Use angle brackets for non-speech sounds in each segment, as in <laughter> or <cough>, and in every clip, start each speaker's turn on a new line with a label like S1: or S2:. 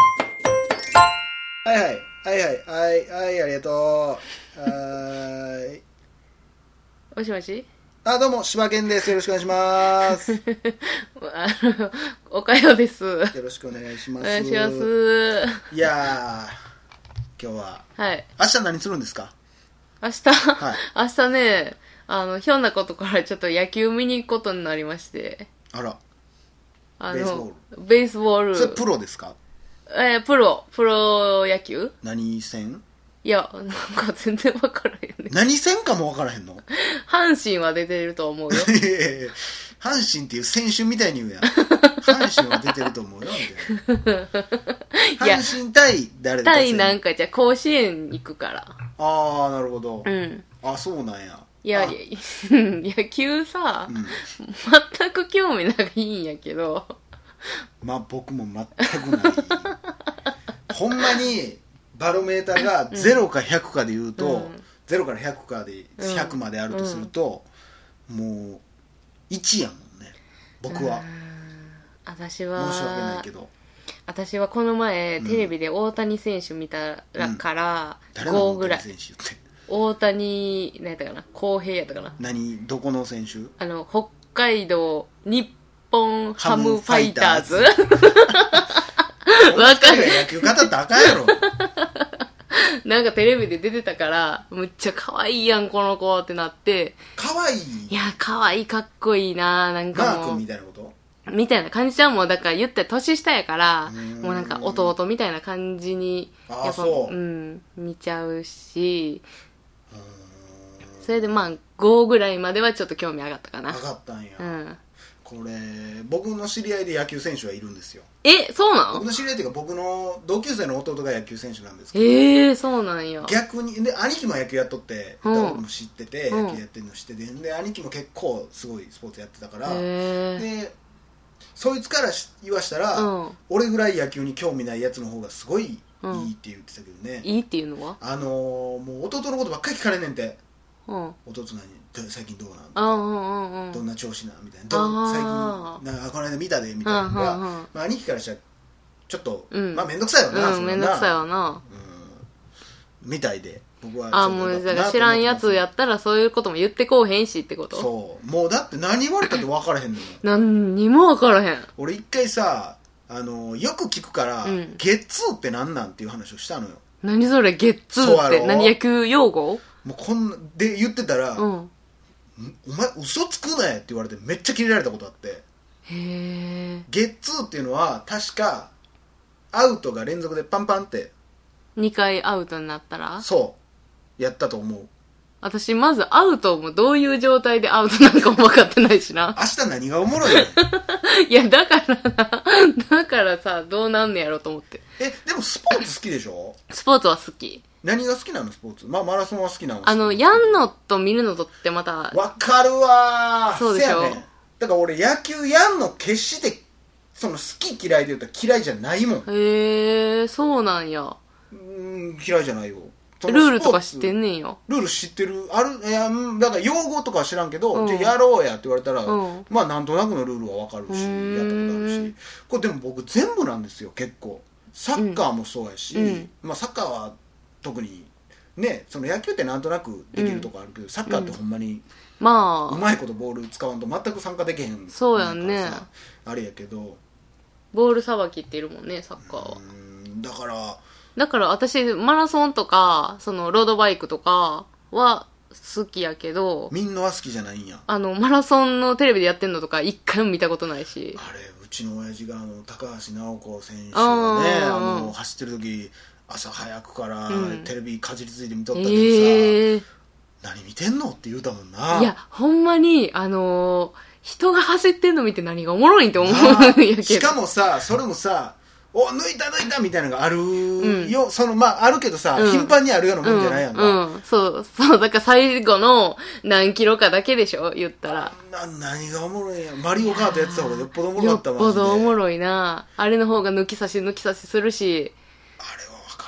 S1: はいはいはいはいはいはいありがとうはーい
S2: もしもし <laughs>
S1: あどうも柴犬ですよろしくお願いしますよ
S2: あの、おかよです。お
S1: ろしくお願いします
S2: 願いします。
S1: いやー今日は
S2: はい。
S1: 明日何するんですか
S2: 明日、
S1: い
S2: 明日ね、あの、ひょんなことからちょっと野球見に行くことになりまして。
S1: あら
S2: あ
S1: ベースボ
S2: の、ベースボール。
S1: それプロですか
S2: えープロ、プロ野球
S1: 何戦
S2: いや、なんか全然わからへんね。
S1: 何戦かも分からへんの
S2: 阪神 <laughs> は出てると思うよ。
S1: いやいやいや阪神っていう選手みたいに言うやん阪神は出てると思うよみた
S2: い
S1: いな
S2: や
S1: 阪神対誰だ
S2: 対なんかじゃあ甲子園行くから。
S1: ああなるほど、
S2: うん。
S1: あそうなんや
S2: いや、 <laughs>
S1: あ
S2: いや野球さ、
S1: うん
S2: 全く興味ないんやけど。
S1: まあ僕も全くない
S2: <laughs>
S1: ほんまにバロメーターが0か100かで言うと、
S2: うん
S1: 0から100かで
S2: うん
S1: 100まであるとすると、もう1やもんね僕は
S2: あー私は
S1: 申し訳ないけど
S2: 私はこの前、
S1: うん
S2: テレビで大谷選手見たら
S1: うん
S2: から
S1: 誰な
S2: 5
S1: の
S2: ぐらい、
S1: 選手って
S2: 大谷何やったかな浩平やったかな
S1: 何どこの選手
S2: あの北海道日本ハムファイターズ
S1: ハ
S2: <laughs> わかる
S1: 野球語ったらあかんや
S2: <laughs>
S1: ろ
S2: なんかテレビで出てたからむっちゃ可愛いやんこの子ってなって
S1: 可愛い
S2: いや可愛いかっこいいななん
S1: マ
S2: か
S1: ー
S2: もう
S1: 君みたいなこと
S2: みたいな感じじゃんもうだから言って年下やから
S1: うん
S2: もうなんか弟みたいな感じに
S1: あー
S2: やっぱ
S1: そう
S2: うん見ちゃうし
S1: う
S2: それでまあ5ぐらいまではちょっと興味上がったか
S1: ー
S2: なん
S1: 上がったんや、
S2: うん
S1: これ僕の知り合いで野球選手はいるんですよ
S2: えそうな
S1: 僕
S2: の
S1: の知り合いっていうか僕の同級生の弟が野球選手なんですけど
S2: ええー、そうなんや
S1: 逆にで兄貴も野球やっとって、
S2: うん
S1: 俺も知ってて
S2: うん
S1: 野球やってるの知っててで兄貴も結構すごいスポーツやってたから、
S2: え
S1: でそいつからし言わしたら、
S2: うん
S1: 俺ぐらい野球に興味ないやつの方がすごいい
S2: うん
S1: いって言ってたけどね、
S2: ー、いいっていうのは
S1: あのーもう弟のことばっかり聞かれんねんて
S2: うん
S1: 弟何ど最近どうなん
S2: あうんうんうん
S1: どんな調子なんみたいな
S2: あ
S1: ど
S2: ー
S1: う最近なんかこの間見たでみたいなのが、
S2: うんうんうん
S1: まあ、兄貴からしたらちょっと、
S2: うん
S1: まあ面倒くさいよな、
S2: うん
S1: そ
S2: め
S1: れ
S2: んど
S1: な
S2: くさいわな
S1: うんみたいで僕は
S2: あーもうだから知らんやつや
S1: っ
S2: ったらそういうことも言ってこうへんしってこ
S1: た
S2: と
S1: そうもうだって何言われたって分からへんのよ
S2: 何にもわからへん
S1: 俺一回さあのよく聞くから、
S2: うん
S1: ゲッツーって何なんっていう話をしたのよ
S2: 何それゲッツ
S1: そう
S2: ー
S1: や
S2: っ
S1: ろ
S2: て何野球用語
S1: もうこんなで言ってたら、
S2: うん
S1: んお前嘘つくなや」って言われてめっちゃキレられたことあって
S2: へえ
S1: ゲッツーっていうのは確かアウトが連続でパンパンって
S2: 2回アウトになったら
S1: そうやったと思う
S2: 私まずアウトもどういう状態でアウトなんかも分かってないし
S1: <laughs>
S2: な
S1: 明日何がおもろいの <laughs>
S2: いや、だからな、だからさ、どうなんねやろと思って。
S1: えでもスポーツ好きでしょ
S2: スポーツは好き。
S1: 何が好きなのスポーツまあマラソンは好きなの
S2: あの、やんのと見るのとってまた、
S1: わかるわー
S2: そうでしょ
S1: せやねんだから俺野球やんの決してその好き嫌いで言ったら嫌いじゃないもん
S2: へえ、そうなんや。
S1: うーん嫌いじゃないよそ
S2: ル
S1: のスポーツ
S2: ールとか知ってんねんよ。
S1: ルール知ってるあるいやうんだから用語とかは知らんけど、
S2: うん
S1: じゃあやろうやって言われたら、
S2: うん
S1: まあなんとなくのルールはわかるし
S2: う
S1: や
S2: ー
S1: っ
S2: ん
S1: たことあるしこれでも僕全部なんですよ結構サッカーもそうやし、
S2: うん
S1: まあ、サッカーは特にねその野球ってなんとなくできるとこあるけど、サッカーってほんまにう
S2: まあ、
S1: まいことボール使わんと全く参加できへん
S2: そうやんね
S1: なんかさあれやけど
S2: ボールさばきっているもんね、サッカーは
S1: う。ーんだから
S2: だから私、マラソンとか、その、ロードバイクとかは好きやけど、
S1: みんなは好きじゃないんや
S2: あの、マラソンのテレビでやってんのとか一回も見たことないし。
S1: あれうちの親父があの高橋尚子選手がね
S2: あ
S1: あ
S2: ー
S1: の走ってる時朝早くから
S2: うん
S1: テレビかじりついて見とったけどさ、
S2: ええ
S1: 何見てんのって言うたもんない
S2: や、ほんまに、あのー人が走ってんの見て何がおもろいんって思うん
S1: な
S2: <laughs> や
S1: あ
S2: けど。
S1: しかもさそれもさお抜いた抜いたみたいなのがあるよ、そのまああるけどさ、
S2: うん
S1: 頻繁にあるようなもんじゃないやんか、
S2: うん、うん。そう、そう、だから最後の何キロかだけでしょ言ったら。
S1: な何がおもろいんやマリオカートやってた方がよっぽどおもろ
S2: よ
S1: か
S2: っ
S1: った
S2: ぽどおも
S1: マジで
S2: ろいな。あれの方が抜き差し抜き差しするし。
S1: あれは分か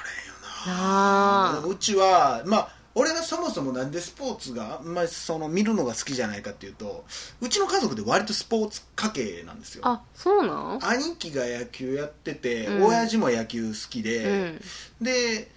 S1: らへんよな
S2: なあ。
S1: うちはまあ俺がそもそもなんでスポーツがあんまりその見るのが好きじゃないかっていうとうちの家族で割とスポーツ家系なんですよ
S2: あそうなん
S1: 兄貴が野球やってて、
S2: うん
S1: 親父も野球好き
S2: う
S1: で、
S2: ん
S1: で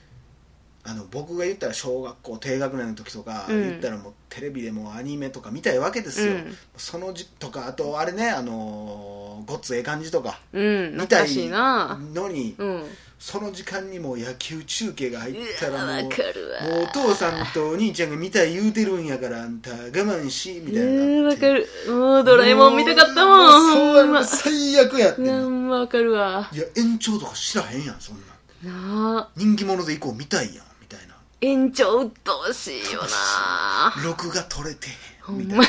S1: あの僕が言ったら小学校低学年の時とか、
S2: うん
S1: 言ったらもうテレビでもうアニメとか見たいわけですよ、
S2: うん
S1: そのじとかあとあれねあのーごっつええ感じとか
S2: うん
S1: 見
S2: 懐
S1: た
S2: か
S1: い
S2: しいな
S1: のに、
S2: うん
S1: その時間にもう野球中継が入ったら
S2: うわ
S1: もう
S2: わかるわ
S1: もうお父さんとお兄ちゃんが見たい言うてるんやからあんた我慢しみたいな
S2: う
S1: な
S2: わ
S1: っ
S2: わ
S1: て
S2: かるもうドラえもん見たかったもん
S1: うそう
S2: ほ
S1: や
S2: ん
S1: ろ
S2: ま
S1: 最悪やってな
S2: なんまわかるわ
S1: いや延長とか知らへんやんそんなん
S2: なあ
S1: 人気者で行こう見たいやんみたいな
S2: 延長うっとうしいよな
S1: 録画取れてへ
S2: ほ
S1: んみ
S2: ん
S1: たい
S2: ま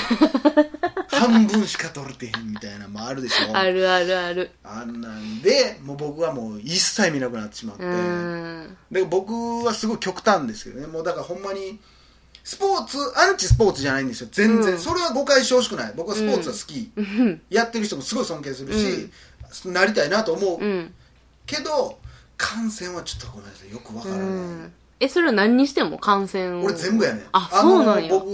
S1: な <laughs> 半分しか取れてへんみたいなもあるでしょ
S2: あるあるある
S1: あんなんでもう僕はもう一切見なくなってしまって
S2: うん
S1: で僕はすごい極端ですけどねもうだからほんまにスポーツアンチスポーツじゃないんですよ全然、
S2: うん
S1: それは誤解してほしくない僕はスポーツは好き、
S2: うん
S1: やってる人もすごい尊敬するし、なりたいなと思う、
S2: うん
S1: けど感染はちょっとごめんなさいよくわか
S2: う
S1: らない、
S2: んえそれは何にしても感染を
S1: 俺全部やねん
S2: あそうなんや
S1: の僕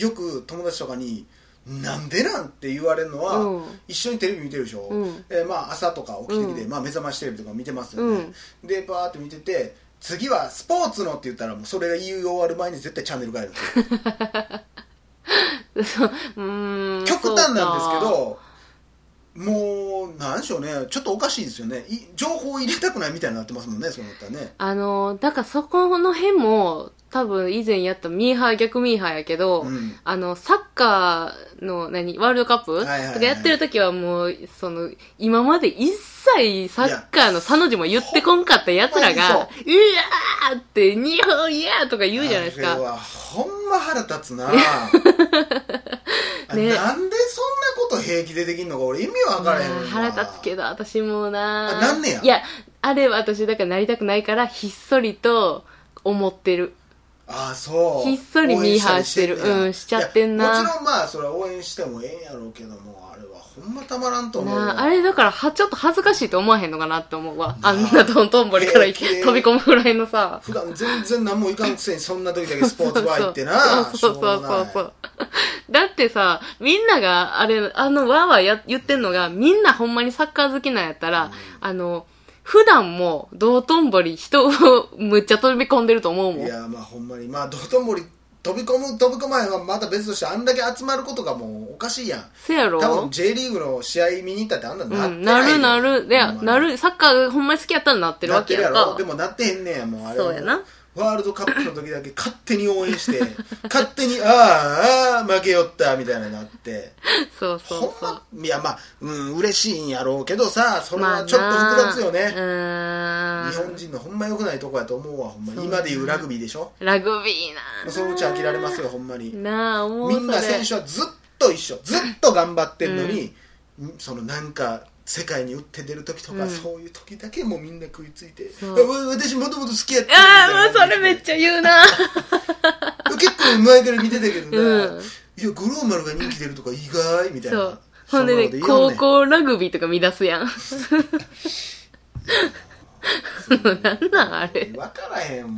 S1: よく友達とかに「なんでなん?」て言われるのは、
S2: うん
S1: 一緒にテレビ見てるでしょ、
S2: うん
S1: えーまあ、朝とか起きてきて、
S2: うん
S1: まあ、目覚ましテレビとか見てますよね、でバーって見てて次はスポーツのって言ったらもうそれが言い終わる前に絶対チャンネル変えるんですよ
S2: <laughs> そううーん
S1: 極端なんですけ
S2: そうか
S1: どもうなんでしょうねちょっとおかしいですよねい情報入れたくないみたいになってますもんねそうなったらね
S2: あのだからそこの辺も多分以前やったミーハー逆ミーハーやけど、
S1: うん
S2: あのサッカーの何ワールドカップと
S1: いはいはいはい
S2: かやってる時はもうその今まで一切サッカーのサの字も言ってこんかった奴ら
S1: いやほんま
S2: が「うわ!」って「日本いや!」とか言うじゃないです
S1: あれ
S2: か
S1: はほんま腹立
S2: <laughs>
S1: つな、あ
S2: ね
S1: なんでそんなこと平気でできんのか俺意味わからへんわ
S2: まあ腹立つけど私もな
S1: あなんねや
S2: いやあれ私だからなりたくないからひっそりと思ってる
S1: ああそう
S2: ひっそりミーハーしてる
S1: 応援たりんねや
S2: うんしちゃってんない
S1: やもちろんまあそれは応援してもええんやろうけどもあれはほんまたまらんと思うわ
S2: なああれだからはちょっと恥ずかしいと思わへんのかなって思
S1: <laughs>
S2: うわ
S1: なあ
S2: あんなトントンボリからい
S1: 平気で
S2: 飛び込むぐらいのさ
S1: 普段全然何もいかんくせにそんな時だけスポーツバー行ってな
S2: <laughs> そうそうそうそうそう
S1: し
S2: そ
S1: ょう
S2: う <laughs> だってさみんながあれあのわーわーや言ってんのがみんなほんまにサッカー好きなんやったら、あの普段も道頓堀人をむっちゃ飛び込んでると思う
S1: が
S2: も
S1: ない
S2: ん
S1: いやまあほんまにまあ道頓堀飛び込む飛び込まへんはまた別としてあんだけ集まることがもうおかしいやん
S2: せやろ
S1: 多分 J リーグの試合見に行ったってあんな
S2: う
S1: なって
S2: ん、なるなる。いや、
S1: ほんまに
S2: なる、サッカーほんまに好きやったらなってる
S1: な
S2: わ
S1: っ
S2: け
S1: てるや
S2: やん
S1: ろ
S2: か
S1: で。もなってへんねんもうあれ
S2: そうやな
S1: ワールドカップの時だけ勝手に応援して <laughs> 勝手にあーあー負けよったみたいなのなって
S2: そうそ
S1: ほん
S2: うそう。
S1: まいやまあうん嬉しいんやろうけどさそれはちょっと複雑よね、
S2: まあな
S1: 日本人のほんま良くないとこやと思うわほんま
S2: そう
S1: 今でいうラグビーでしょ
S2: うーんラグビーな
S1: そのうち飽きられますよほんまに
S2: なあ、思う
S1: みんな
S2: それ
S1: 選手はずっと一緒ずっと頑張ってんのに、んそのなんか世界に打って出る時とか、
S2: うん
S1: そういう時だけもうみんな食いついて「
S2: そう
S1: わ私もともと好きやってん」
S2: ああ、もうそれ
S1: みた
S2: め
S1: いな
S2: っちゃ言うな。
S1: 結構前から見てたけどね、
S2: うん
S1: いやグローマルが人気出るとか意外みたい
S2: そ
S1: な
S2: う。ほんで
S1: そ
S2: ね、
S1: なこと言いよ
S2: 高
S1: ね
S2: 校ラグビーとか見出
S1: <laughs>
S2: すやん。なんなんあれ。
S1: 分からへんもん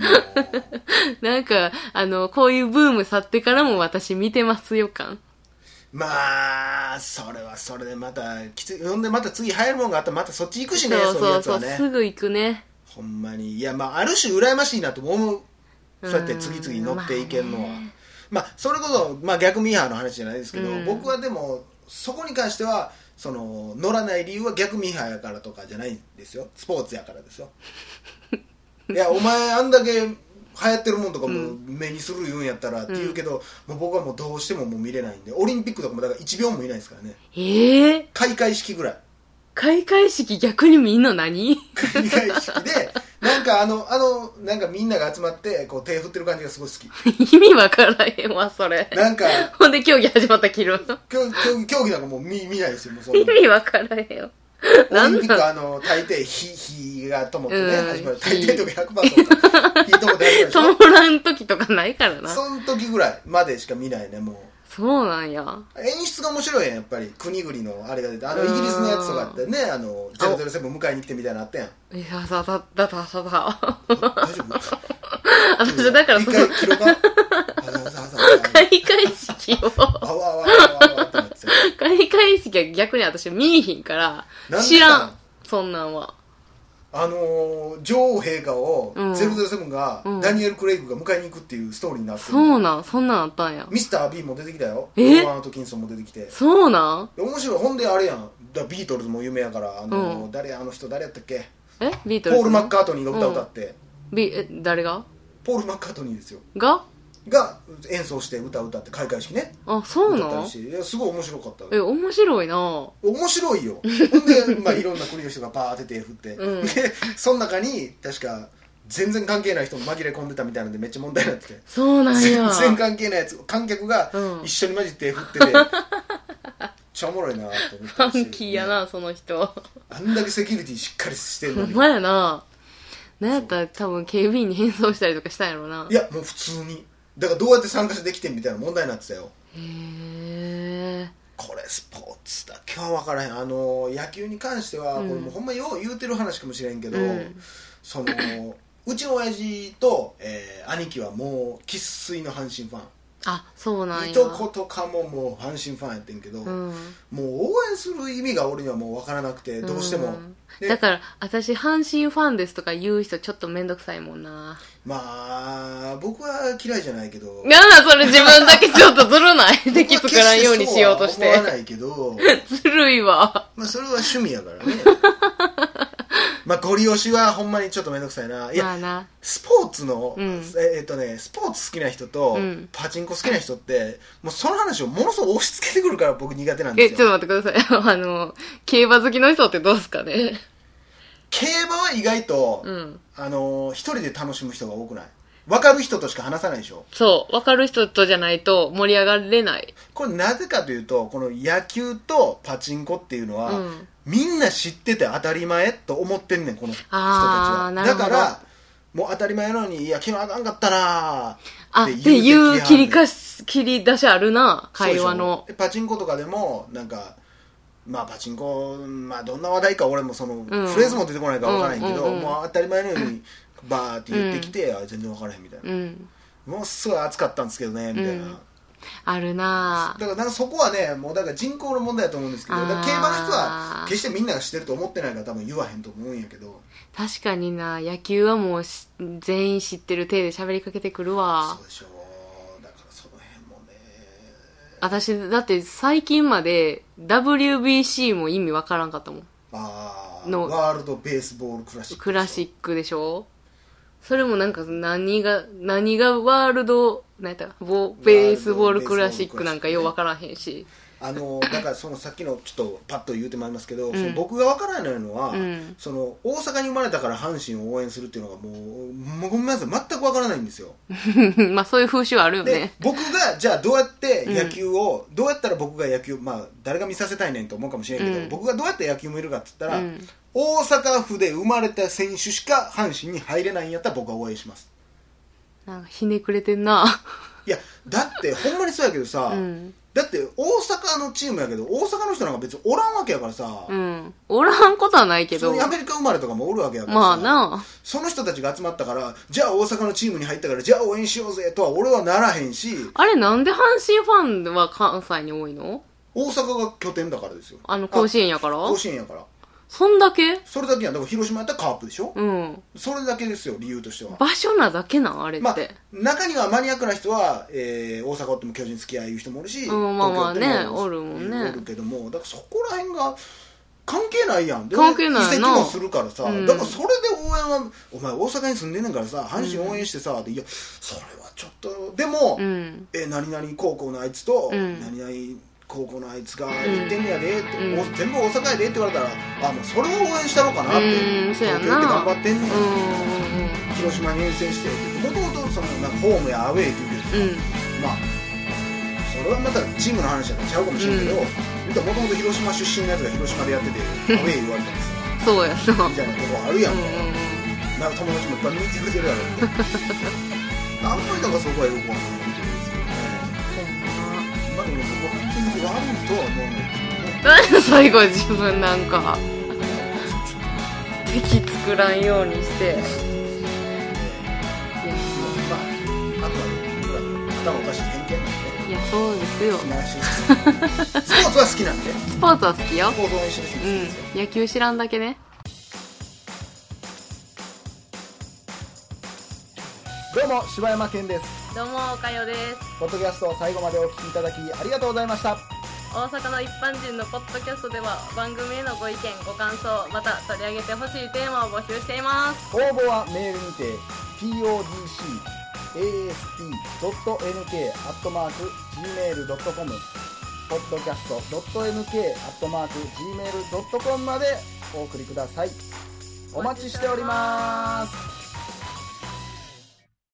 S2: なんか、あの、こういうブーム去ってからも私見てますよ感。
S1: まあそれはそれでまたきついほんでまた次流行るもんがあったらまたそっち行くしねそう
S2: そ
S1: ういう
S2: そ
S1: や
S2: う
S1: つ
S2: そ
S1: は
S2: う、
S1: ね
S2: すぐ行くね。
S1: ほんまにいやまあある種羨ましいなとも思う
S2: う
S1: そうやっ
S2: ん
S1: て次々乗っていけるのは、
S2: ま
S1: ま
S2: あ
S1: あ
S2: ね
S1: それこそ、まあ、逆ミーハーの話じゃないですけど、
S2: うん
S1: 僕はでもそこに関してはその乗らない理由は逆ミーハーやからとかじゃないんですよスポーツやからですよいやお前あんだけ流行ってるもんとかもう目にする言うんやったらって言うけど、もう僕はもうどうしてももう見れないんでオリンピックとかもだから1秒も見ないですからね
S2: ええ
S1: 開会式ぐらい
S2: 開会式逆にみんな何 <laughs>
S1: 開会式でなんかあのあのなんかみんなが集まってこう手振ってる感じがすごい好き
S2: 意味わからへんわ、それ。
S1: なんか
S2: ほんで競技始まった切る。
S1: 競競技競技なんかもう見見ないですよもうその
S2: 意味わからへんよ。
S1: オ
S2: な
S1: リン
S2: ん
S1: ピック
S2: なん
S1: はあの大抵火火が灯ってね
S2: うん
S1: 始まる大抵とか100%とか火灯って始
S2: ト
S1: まる
S2: モラン時とかないから
S1: で
S2: な
S1: しょ。その時ぐらいまでしか見ないねもう
S2: そうなんや。
S1: 演出が面白いやんやっぱり国々のあれが出てあのイギリスのやつとかってねあの007迎えに来てみたいなのあったやん
S2: いや、さ、さ、だ、だ、さ、さ。
S1: 大丈夫
S2: <laughs> 私、だから
S1: 一
S2: その
S1: 回切ろうか。あざあざあざあざ
S2: 開会式を、
S1: あわあわあわあわってなってたよ
S2: 開会式は逆に私見いひんから
S1: なんでか、な
S2: 知らん、そんなんは。
S1: あのー女王陛下を
S2: うん
S1: 007が
S2: うん
S1: ダニエル・クレイグが迎えに行くっていうストーリーになってる
S2: そうなん、そんなんあったんや。
S1: ミスター・ビーも出てきたよ
S2: え
S1: ロバート・キンソンも出てきて
S2: そうなん
S1: で面白いほんであれやんだビートルズも有名やからあのー、
S2: うん
S1: 誰やあの人誰やったっけ
S2: えビート
S1: ポ
S2: ルズ
S1: ール・マッカートニーが歌歌って、
S2: ビえ、誰が
S1: ポール・マッカートニーですよ
S2: が
S1: が演奏して歌歌って開会式ね
S2: あ、そう
S1: 歌った
S2: なん
S1: らしいいやすごい面白かった
S2: え、面白いな
S1: 面白いよほん
S2: <laughs>
S1: で、まあ、いろんな国の人がパーって手振って、
S2: うん
S1: でその中に確か全然関係ない人も紛れ込んでたみたいなんでめっちゃ問題になってて
S2: そうなん
S1: 全
S2: や。
S1: 然関係ないやつ観客が
S2: うん
S1: 一緒に混じって手振
S2: <laughs>
S1: ってて、めっちゃおもろいなと思った
S2: フ
S1: し
S2: ァンキーやな、その人。
S1: あんだけセキュリティしっかりしてん
S2: ほ
S1: の
S2: ん
S1: に。
S2: まやな。なんやったら多分警備員に変装したりとかしたんやろない
S1: やもう普通にだからどうやって参加できてんみたいな問題になってたよ
S2: へえ。
S1: これスポーツだけは分からへんあの野球に関しては、
S2: うん
S1: これもうほんまよう言うてる話かもしれんけど、
S2: うん
S1: そのうちの親父と、えー兄貴はもう生粋の阪神ファ
S2: あ、そうなん
S1: ン
S2: や。
S1: いとことかももう阪神ファンやってんけど、
S2: うん。
S1: もう応援する意味が俺にはもう分からなくてどうしても、
S2: ん
S1: で
S2: だから私阪神ファンですとか言う人ちょっと面倒くさいもんな
S1: まあ僕は嫌いじゃないけど
S2: なんだそれ自分だけちょっとずるない <laughs> 敵つからんようにしようとし
S1: 僕は決してそうは思わ
S2: て
S1: ないけど
S2: <laughs> ずるいわ
S1: まあそれは趣味やから
S2: <laughs>
S1: ねまあゴリ押しはほんまにちょっと面倒くさいないや
S2: まあな
S1: スポーツの、
S2: うん
S1: ええっとねスポーツ好きな人と、
S2: うん
S1: パチンコ好きな人ってもうその話をものすごく押し付けてくるから僕苦手なんで
S2: え
S1: す
S2: ちょ
S1: よ
S2: っと待ってください <laughs> あの競馬好きの人ってどうすかね
S1: 競馬は意外と、
S2: うん
S1: あのー一人で楽しむ人が多くない分かる人としか話さないでしょ
S2: そう分かる人とじゃないと盛り上がれない
S1: これなぜかというとこの野球とパチンコっていうのは、
S2: うん
S1: みんな知ってて当たり前と思ってんねんこの人たち
S2: あ
S1: は
S2: ーなる
S1: だ
S2: ほど
S1: からもう当たり前なのにいや昨日あかんかったな
S2: あっていう切りかし切り出しあるな会話
S1: そう
S2: の
S1: でしょパチンコとかでもなんかまあパチンコ、まあ、どんな話題か俺もその、フレーズも出てこないから分からへんけど、
S2: うんうんうん
S1: もう当たり前のようにバーって言ってきて、あ全然分からへんみたいな、
S2: うん
S1: もうすごい暑かったんですけどねみたいな、
S2: うんあるな
S1: だからなんかそこはねもうだから人口の問題だと思うんですけどだから競馬の人は決してみんなが知ってると思ってないから多分言わへんと思うんやけど
S2: 確かにな野球はもうし全員知ってる体で喋りかけてくるわ
S1: そうでしょうだからその辺もね
S2: 私だって最近まで WBC も意味わからんかったもん
S1: ああ
S2: の
S1: ワールド・ベースボール・クラシック
S2: クラシックでしょそれもなんか何が何がワールド何やったボベースボールクラシックなんかようわからへんし
S1: あのだからそのさっきのちょっとパッと言うてまいりますけど、
S2: ん
S1: その僕がわからないのは、
S2: うん
S1: その大阪に生まれたから阪神を応援するっていうのがもうもうごめんなさい全くわからないんですよ
S2: まあそういう風習はあるよ
S1: で、
S2: ね
S1: 僕がじゃあどうやって野球を、どうやったら僕が野球まあ誰が見させたいねんと思うかもしれんけど、
S2: うん
S1: 僕がどうやって野球見るかって言ったら、
S2: うん
S1: 大阪府で生まれた選手しか阪神に入れないんやったら僕は応援します
S2: なんかひねくれてんない
S1: やだってほんまにそうやけどさ、
S2: うん
S1: だって大阪のチームやけど大阪の人なんか別におらんわけやからさ、
S2: うんおらんことはないけ
S1: そ
S2: ど
S1: のアメリカ生まれとかもおるわけやからさ
S2: まあな
S1: その人たちが集まったからじゃあ大阪のチームに入ったからじゃあ応援しようぜとは俺はならへんし
S2: あれなんで阪神ファンは関西に多いの
S1: 大阪が拠点だからですよ
S2: あの甲子
S1: 園
S2: 園やから
S1: 甲子園やから
S2: そんだけ
S1: それだけやんだから広島やったらカープでしょ、
S2: うん
S1: それだけですよ理由としては
S2: 場所なだけなんあれって、
S1: まあ中にはマニアックな人は、えー大阪おっても巨人好きやいう人もおるし、
S2: うんまあまあね
S1: 東京っても
S2: おるもんね
S1: おるけどもだからそこら辺が関係ないやんで
S2: 関係ないな
S1: 移籍もするからさ、
S2: うん
S1: だからそれで応援はお前大阪に住んでんねんからさ阪神応援してさ、でいやそれはちょっとでも、
S2: うん
S1: え何々高校のあいつと、
S2: うん
S1: 何々高校のあいつが言ってんねやでって、
S2: うん
S1: お全部大阪やでって言われたらあもうそれを応援したろうかなって、
S2: うんそうやな
S1: 東京行って頑張ってんね、
S2: うんん
S1: 広島に遠征してもともとそのなんかホームやアウェーっていうけど
S2: うんうん
S1: まあそれはまたチームの話だからちゃうかもしれんけど、
S2: う
S1: もともと広島出身のやつが広島でやっててアウェー言われたんですよ
S2: そ
S1: <laughs>
S2: うやな
S1: みたいなとこあるや
S2: うんんう
S1: か、
S2: んうん
S1: なんか友達もいっぱい見に来てくれてるやろうけ
S2: <laughs>
S1: どあんまりだからそこはよくわかんないんですけどね
S2: そうや
S1: まあでもそこは本当に悪いとは思わないですけどね
S2: ななんで最後自分なんか敵作らんようにしていや
S1: ま頭おかしい偏見なん
S2: いやそうです
S1: で素
S2: よ
S1: 晴らしいですスポーツは好きなんで
S2: スポーツは好きよ
S1: スポーツ応援してる人も好きですよ、
S2: うん野球知らんだけね
S1: どうも柴山健です
S2: どうもおかよです
S1: ポッドキャストを最後までお聞きいただきありがとうございました
S2: 大阪の一般人のポッドキャストでは番組へのご意見ご感想また取り上げてほしいテーマを募集しています
S1: 応募はメールにて podcast.nk.gmail.com podcast.nk.gmail.com までお送りくださいお待ちしております